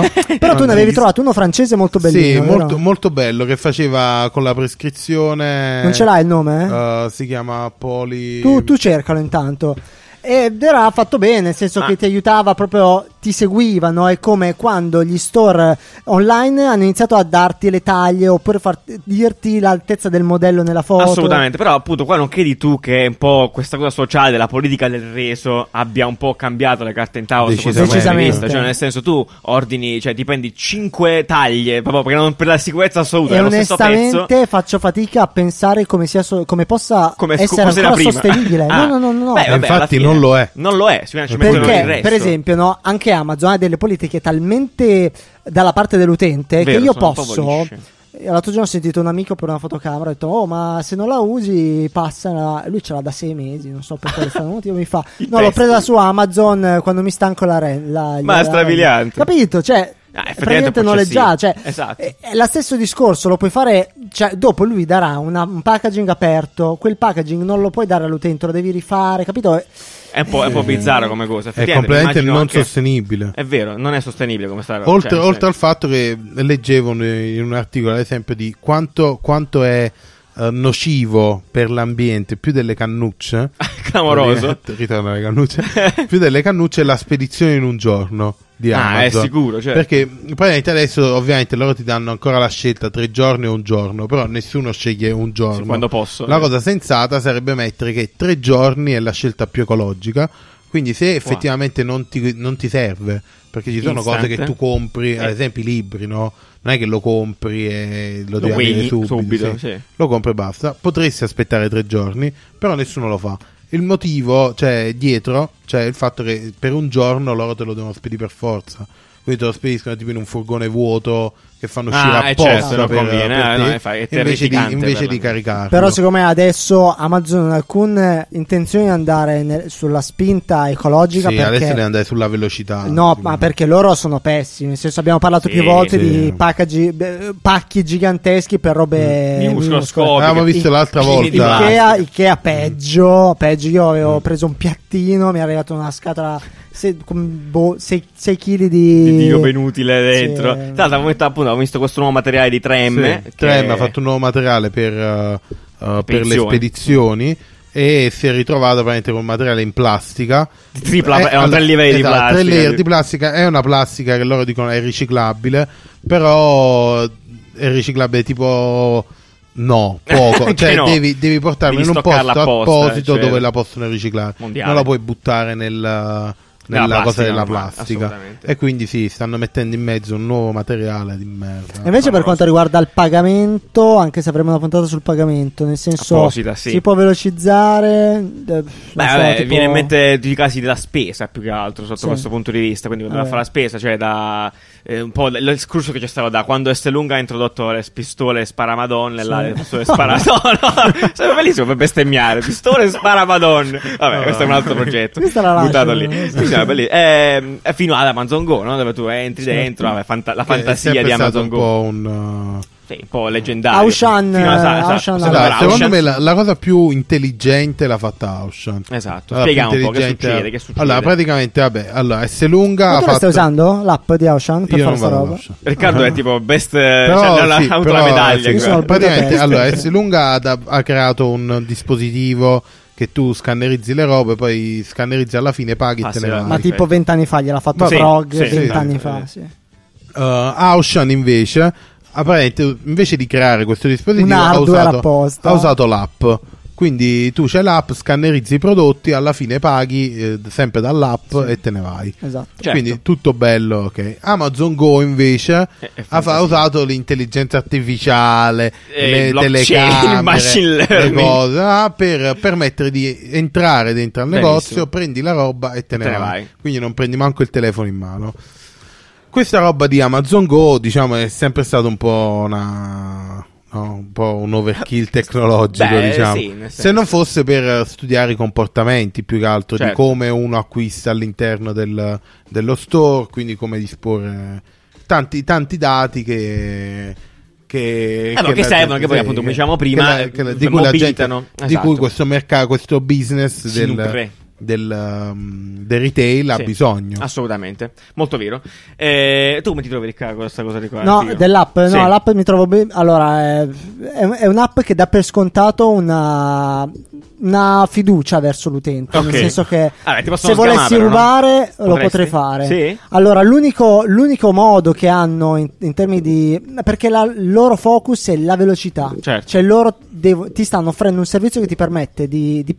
[SPEAKER 2] Però tu ne avevi
[SPEAKER 3] Mandateli.
[SPEAKER 2] trovato uno francese molto bellino.
[SPEAKER 3] Sì,
[SPEAKER 2] vero?
[SPEAKER 3] molto, molto bello che faceva con la prescrizione.
[SPEAKER 2] Non ce l'hai il nome? eh?
[SPEAKER 3] Eh, si chiama Poli.
[SPEAKER 2] Tu, tu cercalo intanto. Ed era fatto bene, nel senso
[SPEAKER 1] Ma-
[SPEAKER 2] che ti aiutava proprio, ti seguivano. È come quando gli store online hanno iniziato a darti le taglie oppure far- dirti l'altezza del modello nella foto.
[SPEAKER 1] Assolutamente, però appunto qua non credi tu che un po' questa cosa sociale della politica del reso abbia un po' cambiato le carte in tavola? su questo punto di
[SPEAKER 2] Decisamente.
[SPEAKER 1] vista? Cioè nel senso tu ordini, cioè ti prendi 5 taglie proprio perché non, per la sicurezza assoluta,
[SPEAKER 2] E
[SPEAKER 1] è lo stesso pezzo.
[SPEAKER 2] onestamente faccio fatica a pensare come, sia so- come possa
[SPEAKER 1] Come scu-
[SPEAKER 2] essere
[SPEAKER 1] fosse la
[SPEAKER 2] ancora
[SPEAKER 1] prima.
[SPEAKER 2] sostenibile.
[SPEAKER 1] Ah.
[SPEAKER 2] No, no, no, no. no.
[SPEAKER 1] Beh, vabbè, alla
[SPEAKER 3] Infatti
[SPEAKER 1] fine
[SPEAKER 3] non lo è.
[SPEAKER 1] Non lo è, sicuramente ci mettono il
[SPEAKER 2] Perché,
[SPEAKER 1] resto.
[SPEAKER 2] per esempio, no, anche Amazon ha delle politiche talmente dalla parte dell'utente
[SPEAKER 1] Vero,
[SPEAKER 2] che io
[SPEAKER 1] sono un po'
[SPEAKER 2] posso. eh,
[SPEAKER 1] lisce.
[SPEAKER 2] L'altro giorno ho sentito un amico per una fotocamera ho detto: Oh, ma se non la usi, passa. Lui ce l'ha da sei mesi, non so per quale strano motivo. Mi fa:
[SPEAKER 1] I
[SPEAKER 2] No, l'ho
[SPEAKER 1] testi.
[SPEAKER 2] presa su Amazon eh, quando mi stanco la re- la-
[SPEAKER 1] Ma
[SPEAKER 2] la-
[SPEAKER 1] è strabiliante.
[SPEAKER 2] Capito? Cioè.
[SPEAKER 1] Ah, effettivamente
[SPEAKER 2] praticamente
[SPEAKER 1] è un po'
[SPEAKER 2] noleggiata, cioè,
[SPEAKER 1] eccessivo. Esatto.
[SPEAKER 2] è- è lo stesso discorso, lo puoi fare, cioè, dopo lui darà una- un packaging aperto, quel packaging non lo puoi dare all'utente, lo devi rifare, capito?
[SPEAKER 1] È un po', è un po' bizzarro come cosa.
[SPEAKER 3] Eh, È
[SPEAKER 1] effettivamente,
[SPEAKER 3] completamente
[SPEAKER 1] immagino
[SPEAKER 3] non
[SPEAKER 1] anche- Eh,
[SPEAKER 3] sostenibile.
[SPEAKER 1] È vero, non è sostenibile come sta roba.
[SPEAKER 3] Oltre,
[SPEAKER 1] cioè, nel
[SPEAKER 3] oltre al
[SPEAKER 1] senso-
[SPEAKER 3] fatto che leggevo ne- in un articolo, ad esempio, di quanto, quanto è eh, nocivo per l'ambiente più delle cannucce.
[SPEAKER 1] cioè, Clamoroso.
[SPEAKER 3] Ritorno alle cannucce. più delle cannucce la spedizione in un giorno di
[SPEAKER 1] Ah, è
[SPEAKER 3] Amazon.
[SPEAKER 1] sicuro, cioè.
[SPEAKER 3] Perché praticamente adesso ovviamente loro ti danno ancora la scelta tre giorni o un giorno, però nessuno sceglie un giorno.
[SPEAKER 1] Sì, quando posso.
[SPEAKER 3] La
[SPEAKER 1] eh.
[SPEAKER 3] cosa sensata sarebbe mettere che tre giorni è la scelta più ecologica, quindi se effettivamente non ti, non ti serve, perché ci sono
[SPEAKER 1] Instant.
[SPEAKER 3] cose che tu compri, ad
[SPEAKER 1] Eh.
[SPEAKER 3] esempio i libri, no? Non è che lo compri e lo,
[SPEAKER 1] Lo
[SPEAKER 3] devi avere
[SPEAKER 1] guidi
[SPEAKER 3] subito,
[SPEAKER 1] subito,
[SPEAKER 3] sì.
[SPEAKER 1] sì.
[SPEAKER 3] lo compri e basta. Potresti aspettare tre giorni, però nessuno lo fa. Il motivo, cioè, dietro, cioè il fatto che per un giorno loro te lo devono spedire per forza. Quindi te lo spediscono tipo in un furgone vuoto che fanno uscire
[SPEAKER 1] Ah, eh,
[SPEAKER 3] apposta
[SPEAKER 1] certo, non
[SPEAKER 3] per,
[SPEAKER 1] conviene,
[SPEAKER 3] per
[SPEAKER 1] eh,
[SPEAKER 3] te,
[SPEAKER 1] no, è fa- è
[SPEAKER 3] invece di,
[SPEAKER 1] terrificante
[SPEAKER 3] invece
[SPEAKER 1] per
[SPEAKER 3] di
[SPEAKER 1] la-
[SPEAKER 3] caricarlo.
[SPEAKER 2] Però secondo me adesso Amazon non ha alcuna intenzione di andare nel- sulla spinta ecologica
[SPEAKER 3] Sì, adesso ah,
[SPEAKER 2] perché
[SPEAKER 3] devi andare sulla velocità.
[SPEAKER 2] No,
[SPEAKER 3] secondo
[SPEAKER 2] ma
[SPEAKER 3] me.
[SPEAKER 2] perché loro sono pessimi. Nel senso, abbiamo parlato
[SPEAKER 1] Sì,
[SPEAKER 2] più volte
[SPEAKER 3] sì.
[SPEAKER 2] di packaggi- beh, pacchi giganteschi per robe
[SPEAKER 1] Mm. Minuscole,
[SPEAKER 2] minuscole.
[SPEAKER 1] scopi.
[SPEAKER 3] Avevamo visto
[SPEAKER 2] I-
[SPEAKER 3] l'altra
[SPEAKER 1] chili di
[SPEAKER 3] volta.
[SPEAKER 1] plastica.
[SPEAKER 2] Ikea, Ikea peggio, peggio. Io
[SPEAKER 3] Mm.
[SPEAKER 2] avevo preso un piattino, mi è arrivata una scatola boh, 6 kg di.
[SPEAKER 1] di Dio benutile
[SPEAKER 2] Sì.
[SPEAKER 1] dentro. Tra l'altro, al momento, appunto, abbiamo visto questo nuovo materiale di 3M.
[SPEAKER 3] Sì,
[SPEAKER 1] che-
[SPEAKER 3] 3M ha fatto un nuovo materiale per, eh, eh, per le
[SPEAKER 1] Spedizioni.
[SPEAKER 3] spedizioni e si è ritrovato praticamente con materiale in plastica.
[SPEAKER 1] Di tripla-
[SPEAKER 3] Eh,
[SPEAKER 1] erano
[SPEAKER 3] allora,
[SPEAKER 1] tre livelli di
[SPEAKER 3] esatto, tre
[SPEAKER 1] plastica.
[SPEAKER 3] layer di plastica. È una plastica che loro dicono è riciclabile, però è riciclabile tipo... No, poco.
[SPEAKER 1] Che
[SPEAKER 3] cioè,
[SPEAKER 1] no.
[SPEAKER 3] devi, devi portarla
[SPEAKER 1] Devi
[SPEAKER 3] in un posto
[SPEAKER 1] stoccarla apposta,
[SPEAKER 3] apposito
[SPEAKER 1] cioè-
[SPEAKER 3] dove la possono riciclare.
[SPEAKER 1] Mondiale.
[SPEAKER 3] Non la puoi buttare nel,
[SPEAKER 1] Nella
[SPEAKER 3] nella cosa
[SPEAKER 1] plastica
[SPEAKER 3] della
[SPEAKER 1] normale,
[SPEAKER 3] plastica.
[SPEAKER 1] assolutamente.
[SPEAKER 3] E quindi sì, stanno mettendo in mezzo un nuovo materiale di
[SPEAKER 1] Ah,
[SPEAKER 2] E
[SPEAKER 3] merda.
[SPEAKER 2] Invece, per
[SPEAKER 1] Favoloso.
[SPEAKER 2] quanto riguarda il pagamento, anche se avremo una puntata sul pagamento, nel senso
[SPEAKER 1] Apposita, sì.
[SPEAKER 2] si può velocizzare. eh, non
[SPEAKER 1] Beh,
[SPEAKER 2] so,
[SPEAKER 1] vabbè,
[SPEAKER 2] tipo-
[SPEAKER 1] viene in mente tutti i casi della spesa più che altro sotto
[SPEAKER 2] Sì. Eh.
[SPEAKER 1] questo punto di vista. Quindi quando va a
[SPEAKER 2] Vabbè.
[SPEAKER 1] fare la spesa, cioè da eh, un po' l- lo discorso che c'è stato da quando Estelunga ha introdotto le pistole sparamadonne,
[SPEAKER 2] Sì.
[SPEAKER 1] là, le pistole sparadonne. Sembra bellissimo per bestemmiare. Pistole sparamadonne. Vabbè,
[SPEAKER 3] No.
[SPEAKER 1] questo è un altro progetto.
[SPEAKER 2] Questa la lascio,
[SPEAKER 1] Buttato
[SPEAKER 2] non
[SPEAKER 1] lì.
[SPEAKER 2] lo so.
[SPEAKER 1] Sì, no, è belli- eh, è fino ad Amazon Go, no? dove tu entri
[SPEAKER 2] Sì.
[SPEAKER 1] dentro, vabbè, fanta- la
[SPEAKER 3] Che è
[SPEAKER 1] fantasia
[SPEAKER 3] sempre
[SPEAKER 1] di
[SPEAKER 3] stato
[SPEAKER 1] Amazon
[SPEAKER 3] un
[SPEAKER 1] Go.
[SPEAKER 3] po' un, uh,
[SPEAKER 1] Sì, un po' leggendario.
[SPEAKER 2] Aushan,
[SPEAKER 1] Fino a- sa- sa-
[SPEAKER 2] Aushan
[SPEAKER 1] sembra
[SPEAKER 2] Allora,
[SPEAKER 3] Dai, secondo
[SPEAKER 1] Aushan.
[SPEAKER 3] me la, la cosa più intelligente l'ha fatta Ocean.
[SPEAKER 1] Esatto, spieghiamo un po' che succede, che succede.
[SPEAKER 3] Allora, praticamente, vabbè, allora, S lunga.
[SPEAKER 2] Ma tu
[SPEAKER 3] ha
[SPEAKER 2] la stai
[SPEAKER 3] Ah, fatto-
[SPEAKER 2] usando l'app di Ocean per
[SPEAKER 3] Io
[SPEAKER 2] fare
[SPEAKER 3] non
[SPEAKER 2] sta
[SPEAKER 3] vado
[SPEAKER 2] roba?
[SPEAKER 3] Ocean.
[SPEAKER 1] Riccardo è tipo best,
[SPEAKER 3] Però,
[SPEAKER 1] cioè, non ha
[SPEAKER 3] sì,
[SPEAKER 1] avuto
[SPEAKER 3] però,
[SPEAKER 1] la medaglia. cioè.
[SPEAKER 3] sì,
[SPEAKER 2] Io sono il
[SPEAKER 3] praticamente,
[SPEAKER 2] protest.
[SPEAKER 3] allora, S lunga ha, da- ha creato un dispositivo che tu scannerizzi le robe, poi scannerizzi alla fine, paghi
[SPEAKER 1] Ah,
[SPEAKER 3] e te
[SPEAKER 1] sì,
[SPEAKER 3] ne
[SPEAKER 1] va.
[SPEAKER 2] Ma
[SPEAKER 1] Ah,
[SPEAKER 3] vai.
[SPEAKER 2] tipo
[SPEAKER 1] perfetto.
[SPEAKER 2] vent'anni fa gliel'ha fatto
[SPEAKER 1] Ma sì,
[SPEAKER 2] Frog,
[SPEAKER 1] sì,
[SPEAKER 3] sì,
[SPEAKER 2] vent'anni
[SPEAKER 1] sì.
[SPEAKER 2] fa. Sì.
[SPEAKER 3] Uh, Ocean invece, apparentemente, invece di creare questo dispositivo,
[SPEAKER 2] Un
[SPEAKER 3] ha
[SPEAKER 2] hardware
[SPEAKER 3] usato,
[SPEAKER 2] apposta.
[SPEAKER 3] ha usato l'app. Quindi tu c'è l'app, scannerizzi i prodotti, alla fine paghi eh, sempre dall'app e te ne vai.
[SPEAKER 2] Esatto.
[SPEAKER 1] Certo.
[SPEAKER 3] Quindi tutto bello, ok. Amazon Go invece
[SPEAKER 1] Eh, È- è
[SPEAKER 3] ha fa- ha
[SPEAKER 1] fantasia.
[SPEAKER 3] usato l'intelligenza artificiale,
[SPEAKER 1] E Eh, il
[SPEAKER 3] le
[SPEAKER 1] blockchain, il machine
[SPEAKER 3] telecamere, le
[SPEAKER 1] learning.
[SPEAKER 3] cose, ah, per permettere di entrare dentro al
[SPEAKER 1] Benissimo.
[SPEAKER 3] negozio, prendi la roba e te ne,
[SPEAKER 1] te ne
[SPEAKER 3] vai.
[SPEAKER 1] vai.
[SPEAKER 3] Quindi non prendi manco il telefono in mano. Questa roba di Amazon Go, diciamo, è sempre stata un po' una... no, un po' un overkill tecnologico,
[SPEAKER 1] Beh,
[SPEAKER 3] diciamo.
[SPEAKER 1] sì, nel senso.
[SPEAKER 3] Se non fosse per studiare i comportamenti più che altro di
[SPEAKER 1] Certo.
[SPEAKER 3] come uno acquista all'interno del- dello store, quindi come disporre tanti, tanti dati che. Che,
[SPEAKER 1] no, Eh, che
[SPEAKER 3] la
[SPEAKER 1] servono,
[SPEAKER 3] gente-
[SPEAKER 1] che poi, appunto, come dicevamo prima,
[SPEAKER 3] di cui la gente,
[SPEAKER 1] mobilitano.
[SPEAKER 3] di
[SPEAKER 1] Esatto.
[SPEAKER 3] cui questo mercato, questo business
[SPEAKER 1] Si nutre.
[SPEAKER 3] del, del, um, del retail ha
[SPEAKER 1] Sì, Ah,
[SPEAKER 3] bisogno.
[SPEAKER 1] Assolutamente, molto vero. Eh, tu come ti trovi Riccardo con questa cosa di qua?
[SPEAKER 2] No,
[SPEAKER 1] Figo.
[SPEAKER 2] dell'app, no,
[SPEAKER 1] Sì.
[SPEAKER 2] l'app mi trovo bene. Allora, è, è- è un'app che dà per scontato una, una fiducia verso l'utente.
[SPEAKER 1] Ok.
[SPEAKER 2] Nel senso che
[SPEAKER 1] Ah, beh, ti possono
[SPEAKER 2] se volessi
[SPEAKER 1] sgamare, però, no?
[SPEAKER 2] rubare, lo
[SPEAKER 1] Potresti?
[SPEAKER 2] potrei fare.
[SPEAKER 1] Sì?
[SPEAKER 2] Allora, l'unico, l'unico modo che hanno in, in termini di. perché la- il loro focus è la velocità.
[SPEAKER 1] Certo.
[SPEAKER 2] Cioè, loro devo- ti stanno offrendo un servizio che ti permette di, di,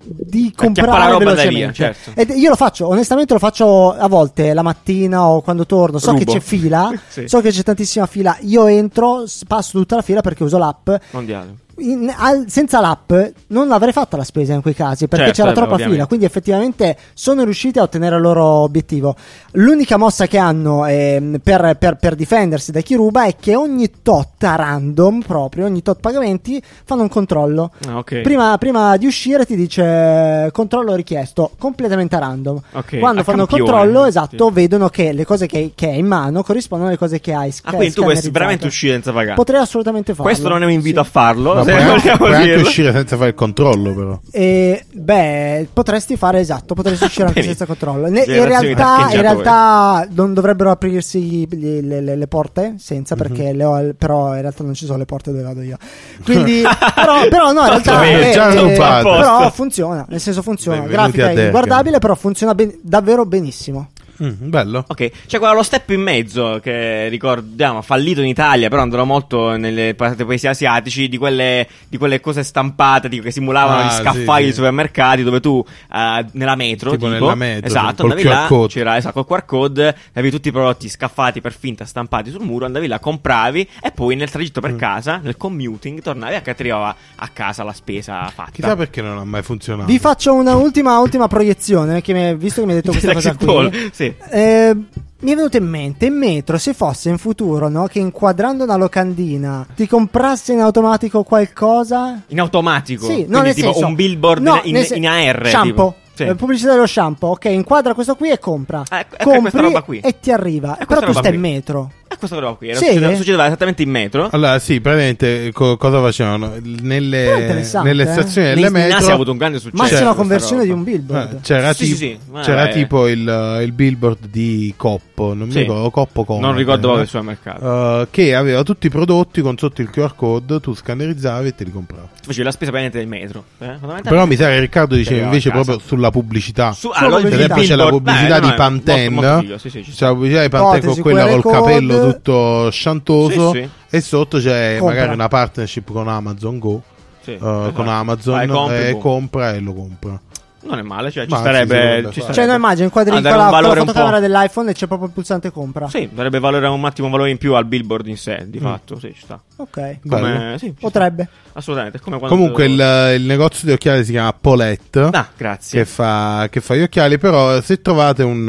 [SPEAKER 1] Cioè, la
[SPEAKER 2] di comprare
[SPEAKER 1] roba dai
[SPEAKER 2] velocemente.
[SPEAKER 1] via, certo.
[SPEAKER 2] Ed io lo faccio, onestamente lo faccio a volte la mattina o quando torno. So che
[SPEAKER 1] Rubo.
[SPEAKER 2] c'è fila,
[SPEAKER 1] Sì.
[SPEAKER 2] so che c'è tantissima fila. Io entro, s- passo tutta la fila perché uso l'app.
[SPEAKER 1] Mondiale.
[SPEAKER 2] In- al- senza l'app non avrei fatta la spesa in quei casi perché
[SPEAKER 1] Certo,
[SPEAKER 2] c'era
[SPEAKER 1] eh,
[SPEAKER 2] troppa
[SPEAKER 1] ovviamente.
[SPEAKER 2] fila. Quindi effettivamente sono riusciti a ottenere il loro obiettivo. L'unica mossa che hanno ehm, per, per- per difendersi da chi ruba è che ogni tot a random, proprio ogni tot pagamenti, fanno un controllo.
[SPEAKER 1] Ah, ok.
[SPEAKER 2] Prima, prima di uscire ti dice controllo richiesto, completamente a random.
[SPEAKER 1] Ok,
[SPEAKER 2] Quando
[SPEAKER 1] a
[SPEAKER 2] fanno il
[SPEAKER 1] campione.
[SPEAKER 2] controllo, esatto,
[SPEAKER 1] Sì.
[SPEAKER 2] vedono che le cose che, che hai in mano corrispondono alle cose che hai
[SPEAKER 1] Ah, quindi tu puoi
[SPEAKER 2] puoi
[SPEAKER 1] veramente uscire senza pagare.
[SPEAKER 2] Potrei assolutamente farlo.
[SPEAKER 1] Questo non è un invito
[SPEAKER 2] sì.
[SPEAKER 1] a farlo.
[SPEAKER 3] Ma
[SPEAKER 1] se
[SPEAKER 3] puoi anche,
[SPEAKER 1] vogliamo
[SPEAKER 3] puoi anche
[SPEAKER 1] dirlo.
[SPEAKER 3] uscire senza fare il controllo, però.
[SPEAKER 2] E, beh, potresti fare esatto, potresti uscire anche
[SPEAKER 1] Bene.
[SPEAKER 2] senza controllo. Ne- in,
[SPEAKER 1] Generazioni
[SPEAKER 2] realtà, in
[SPEAKER 1] parcheggiatori.
[SPEAKER 2] realtà non dovrebbero aprirsi gli- le, le- le porte senza
[SPEAKER 1] Mhm.
[SPEAKER 2] perché le ho- però in realtà non ci sono le porte dove vado io. Quindi, però, però no, in realtà
[SPEAKER 1] Vabbè,
[SPEAKER 2] eh,
[SPEAKER 1] già
[SPEAKER 2] eh,
[SPEAKER 1] non fate.
[SPEAKER 2] però funziona, nel senso funziona.
[SPEAKER 3] Benvenuti a
[SPEAKER 2] Grafica è
[SPEAKER 3] Dergen.
[SPEAKER 2] inguardabile, però funziona ben- davvero benissimo.
[SPEAKER 3] Mm, bello.
[SPEAKER 1] Mm-hmm. Ok, c'è quello lo step in mezzo che ricordiamo, fallito in Italia, però andrò molto nelle pa- nei paesi asiatici, di quelle, di quelle cose stampate tipo, che simulavano
[SPEAKER 3] Ah,
[SPEAKER 1] gli scaffali
[SPEAKER 3] sì,
[SPEAKER 1] dei
[SPEAKER 3] sì.
[SPEAKER 1] supermercati dove tu eh, nella metro,
[SPEAKER 3] Tipo nella metro,
[SPEAKER 1] esatto,
[SPEAKER 3] sì, col
[SPEAKER 1] andavi là,
[SPEAKER 3] QR code.
[SPEAKER 1] c'era esatto, col QR code, avevi tutti i prodotti scaffati per finta stampati sul muro, andavi là, compravi e poi nel tragitto
[SPEAKER 3] Mm.
[SPEAKER 1] per casa, nel commuting, tornavi a che ti arrivava a casa la spesa fatta.
[SPEAKER 3] Chissà perché non ha mai
[SPEAKER 1] Ah.
[SPEAKER 3] funzionato.
[SPEAKER 2] Vi faccio una ultima, ultima proiezione, che mi è- visto che mi hai detto questa cosa
[SPEAKER 1] Taxi
[SPEAKER 2] qui.
[SPEAKER 1] call, sì.
[SPEAKER 2] Eh, mi è venuto in mente in metro se fosse in futuro no, che inquadrando una locandina ti comprasse in automatico qualcosa
[SPEAKER 1] In automatico,
[SPEAKER 2] sì,
[SPEAKER 1] quindi
[SPEAKER 2] no, nel
[SPEAKER 1] tipo
[SPEAKER 2] senso-
[SPEAKER 1] un billboard
[SPEAKER 2] no,
[SPEAKER 1] in,
[SPEAKER 2] nel sen-
[SPEAKER 1] in AR.
[SPEAKER 2] shampoo
[SPEAKER 1] tipo. Sì.
[SPEAKER 2] eh, pubblicità dello shampoo ok inquadra questo qui e compra
[SPEAKER 1] Ah, ecco- ecco questa
[SPEAKER 2] compri
[SPEAKER 1] roba qui.
[SPEAKER 2] e ti arriva
[SPEAKER 1] Ecco
[SPEAKER 2] però
[SPEAKER 1] questa roba
[SPEAKER 2] tu stai in
[SPEAKER 1] qui. Cioè,
[SPEAKER 2] metro
[SPEAKER 1] E questa roba qui era
[SPEAKER 2] Sì,
[SPEAKER 1] succedeva,
[SPEAKER 2] eh?
[SPEAKER 1] succedeva esattamente in metro.
[SPEAKER 3] Allora, sì, praticamente co- cosa facevano?
[SPEAKER 2] Però è
[SPEAKER 3] Nelle,
[SPEAKER 2] interessante,
[SPEAKER 3] nelle
[SPEAKER 2] eh.
[SPEAKER 3] stazioni
[SPEAKER 1] In
[SPEAKER 3] delle
[SPEAKER 1] in
[SPEAKER 3] metro
[SPEAKER 1] Asia ha avuto un grande successo.
[SPEAKER 2] massima
[SPEAKER 1] questa
[SPEAKER 2] conversione
[SPEAKER 1] roba. cioè,
[SPEAKER 2] di un billboard
[SPEAKER 3] Eh, c'era,
[SPEAKER 1] Sì,
[SPEAKER 3] tipo-
[SPEAKER 1] sì, sì, ma
[SPEAKER 3] c'era
[SPEAKER 1] è-
[SPEAKER 3] tipo il, il billboard di Coppo, non
[SPEAKER 1] Sì.
[SPEAKER 3] mi ricordo, Coppo Conad,
[SPEAKER 1] Non ricordo proprio
[SPEAKER 3] eh,
[SPEAKER 1] il suo mercato.
[SPEAKER 3] eh, che aveva tutti i prodotti con sotto il QR code, tu scannerizzavi e te li compravi.
[SPEAKER 1] Tu facevi la spesa praticamente del metro. eh, fondamentalmente.
[SPEAKER 3] Però mi sa che Riccardo diceva
[SPEAKER 1] Arrivava a
[SPEAKER 3] invece
[SPEAKER 1] casa.
[SPEAKER 3] proprio sulla pubblicità.
[SPEAKER 1] Su, ah,
[SPEAKER 2] Solo
[SPEAKER 1] allora,
[SPEAKER 2] per
[SPEAKER 3] Per
[SPEAKER 2] il
[SPEAKER 3] esempio c'è la
[SPEAKER 1] billboard-
[SPEAKER 3] pubblicità
[SPEAKER 1] beh, Eh, no,
[SPEAKER 3] di
[SPEAKER 1] no, è molto-
[SPEAKER 3] Pantene,
[SPEAKER 1] molto figo, sì, sì, ci
[SPEAKER 3] c'è la pubblicità di Pantene
[SPEAKER 2] Ipotesi,
[SPEAKER 3] con quella
[SPEAKER 2] QR
[SPEAKER 3] col capello
[SPEAKER 2] code.
[SPEAKER 3] tutto sciantoso
[SPEAKER 1] Sì, sì.
[SPEAKER 3] e sotto c'è
[SPEAKER 2] Compra.
[SPEAKER 3] magari una partnership con Amazon Go.
[SPEAKER 1] Sì,
[SPEAKER 3] eh,
[SPEAKER 1] esatto.
[SPEAKER 3] con Amazon
[SPEAKER 1] Vai, compri,
[SPEAKER 3] eh,
[SPEAKER 1] boom.
[SPEAKER 3] compra e lo compra.
[SPEAKER 1] Non è male, cioè ci
[SPEAKER 3] Ma sì,
[SPEAKER 1] starebbe.
[SPEAKER 3] sì,
[SPEAKER 1] ci
[SPEAKER 3] sì,
[SPEAKER 2] Cioè,
[SPEAKER 1] starebbe-
[SPEAKER 2] no, immagini, inquadri
[SPEAKER 1] Ah, dare
[SPEAKER 2] con la,
[SPEAKER 1] un
[SPEAKER 2] con la
[SPEAKER 1] valore un po'.
[SPEAKER 2] fotocamera dell'iPhone e c'è proprio il pulsante compra.
[SPEAKER 1] Sì, darebbe valore un attimo un valore in più al billboard in sé, di
[SPEAKER 3] Mm.
[SPEAKER 1] fatto, sì, ci sta.
[SPEAKER 2] Ok.
[SPEAKER 3] Bello.
[SPEAKER 1] Come- sì, ci sta.
[SPEAKER 2] Potrebbe.
[SPEAKER 1] Assolutamente, è come quando-
[SPEAKER 3] Comunque il, il negozio di occhiali si chiama Paulette.
[SPEAKER 1] Ah, grazie.
[SPEAKER 3] Che fa, che fa gli occhiali, però se trovate un,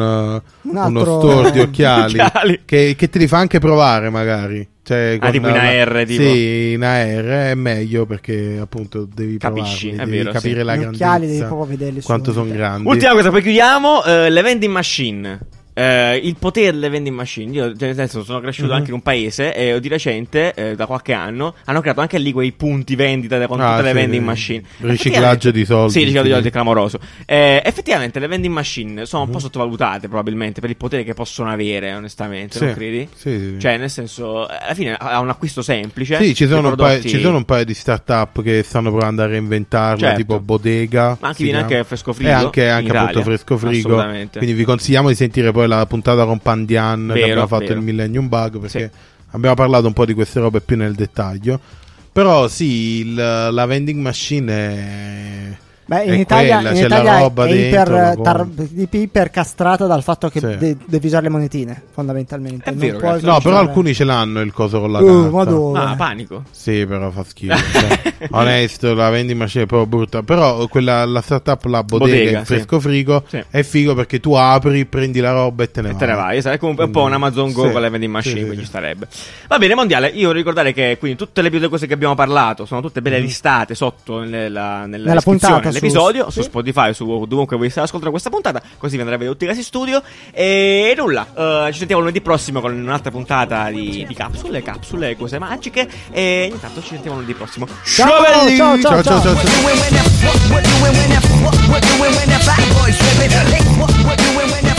[SPEAKER 3] eh,
[SPEAKER 2] Un altro-
[SPEAKER 3] uno store di occhiali
[SPEAKER 1] Occhiali.
[SPEAKER 3] che, che te li fa anche provare magari, cioè,
[SPEAKER 1] Ah,
[SPEAKER 3] con
[SPEAKER 1] tipo in
[SPEAKER 3] la-
[SPEAKER 1] AR, tipo.
[SPEAKER 3] Sì, in AR è meglio perché appunto devi
[SPEAKER 1] Capisci,
[SPEAKER 3] provarli,
[SPEAKER 1] è
[SPEAKER 3] devi
[SPEAKER 1] vero,
[SPEAKER 3] capire
[SPEAKER 1] sì.
[SPEAKER 3] la
[SPEAKER 2] Gli occhiali devi
[SPEAKER 3] grandezza,
[SPEAKER 2] proprio vederli
[SPEAKER 3] quanto sono
[SPEAKER 2] subito.
[SPEAKER 3] grandi.
[SPEAKER 1] Ultima cosa, poi chiudiamo. eh, le vending machine. Eh, il potere delle vending machine. Io, cioè, nel senso, sono cresciuto
[SPEAKER 3] Mhm.
[SPEAKER 1] anche in un paese e di recente, eh, da qualche anno, hanno creato anche lì quei punti vendita da- con
[SPEAKER 3] Ah,
[SPEAKER 1] tutte le
[SPEAKER 3] sì,
[SPEAKER 1] vending
[SPEAKER 3] sì.
[SPEAKER 1] machine.
[SPEAKER 3] Riciclaggio di soldi,
[SPEAKER 1] Sì, riciclaggio di
[SPEAKER 3] sì.
[SPEAKER 1] soldi è clamoroso. Eh, effettivamente, le vending machine sono un po'
[SPEAKER 3] Mhm.
[SPEAKER 1] sottovalutate, probabilmente, per il potere che possono avere, onestamente.
[SPEAKER 3] Sì,
[SPEAKER 1] Non credi?
[SPEAKER 3] sì, sì, sì.
[SPEAKER 1] Cioè, nel senso, alla fine ha ha un acquisto semplice.
[SPEAKER 3] Sì, ci
[SPEAKER 1] i
[SPEAKER 3] sono, un paio,
[SPEAKER 1] prodotti-
[SPEAKER 3] ci sono un paio di start-up che stanno provando a reinventarla,
[SPEAKER 1] Certo.
[SPEAKER 3] tipo Bodega.
[SPEAKER 1] Ma anche
[SPEAKER 3] si
[SPEAKER 1] viene
[SPEAKER 3] chiama.
[SPEAKER 1] anche Fresco Frigo
[SPEAKER 3] E anche,
[SPEAKER 1] in
[SPEAKER 3] anche appunto
[SPEAKER 1] Italia.
[SPEAKER 3] Fresco Frigo.
[SPEAKER 1] Assolutamente.
[SPEAKER 3] Quindi vi consigliamo di sentire poi la puntata con Pandian che
[SPEAKER 1] Vero,
[SPEAKER 3] abbiamo fatto
[SPEAKER 1] vero.
[SPEAKER 3] il Millennium Bug, perché
[SPEAKER 1] Sì.
[SPEAKER 3] abbiamo parlato un po' di queste robe più nel dettaglio. Però sì, il- la vending machine è...
[SPEAKER 2] Beh, in
[SPEAKER 3] è
[SPEAKER 2] Italia,
[SPEAKER 3] quella,
[SPEAKER 2] in
[SPEAKER 3] c'è
[SPEAKER 2] Italia
[SPEAKER 3] la roba
[SPEAKER 2] è
[SPEAKER 3] dentro, la
[SPEAKER 2] iper,
[SPEAKER 3] cosa.
[SPEAKER 2] tar- tipo ipercastrata dal fatto che
[SPEAKER 3] Sì.
[SPEAKER 2] de- devi usare le monetine, fondamentalmente.
[SPEAKER 1] È
[SPEAKER 2] Non
[SPEAKER 1] vero,
[SPEAKER 2] puoi
[SPEAKER 1] ragazzi.
[SPEAKER 3] No, però
[SPEAKER 2] usare-
[SPEAKER 3] alcuni ce l'hanno il coso con la
[SPEAKER 2] Uh,
[SPEAKER 3] carta.
[SPEAKER 2] ma dove?
[SPEAKER 1] No, panico.
[SPEAKER 3] Sì, però fa schifo. cioè. Onesto, la vending machine è proprio brutta. Però quella, la startup, la bodega,
[SPEAKER 1] Bodega,
[SPEAKER 3] il
[SPEAKER 1] sì.
[SPEAKER 3] fresco frigo,
[SPEAKER 1] Sì.
[SPEAKER 3] è figo perché tu apri, prendi la roba e te ne
[SPEAKER 1] E
[SPEAKER 3] vai.
[SPEAKER 1] te ne vai, esatto, è come un po' un Amazon Go
[SPEAKER 3] Sì,
[SPEAKER 1] con le vending machine,
[SPEAKER 3] sì, sì,
[SPEAKER 1] quindi ci
[SPEAKER 3] sì.
[SPEAKER 1] starebbe. Va bene, mondiale, io voglio ricordare che quindi tutte le più cose che abbiamo parlato sono tutte belle listate sotto nella, nella, descrizione
[SPEAKER 2] puntata, su-
[SPEAKER 1] dell'episodio, su,
[SPEAKER 2] sì.
[SPEAKER 1] Spotify, su dovunque voi state ascoltando questa puntata, così vi andrebbe tutti i casi studio. E nulla, eh, ci sentiamo lunedì prossimo con un'altra puntata di, di capsule, capsule, cose magiche, e intanto ci sentiamo lunedì prossimo.
[SPEAKER 2] Ciao,
[SPEAKER 1] belli!
[SPEAKER 2] ciao, ciao,
[SPEAKER 3] Ciao, ciao, ciao, ciao.
[SPEAKER 4] doing when that what what doing when that what what doing when that bad boys ripping lick what what doing when that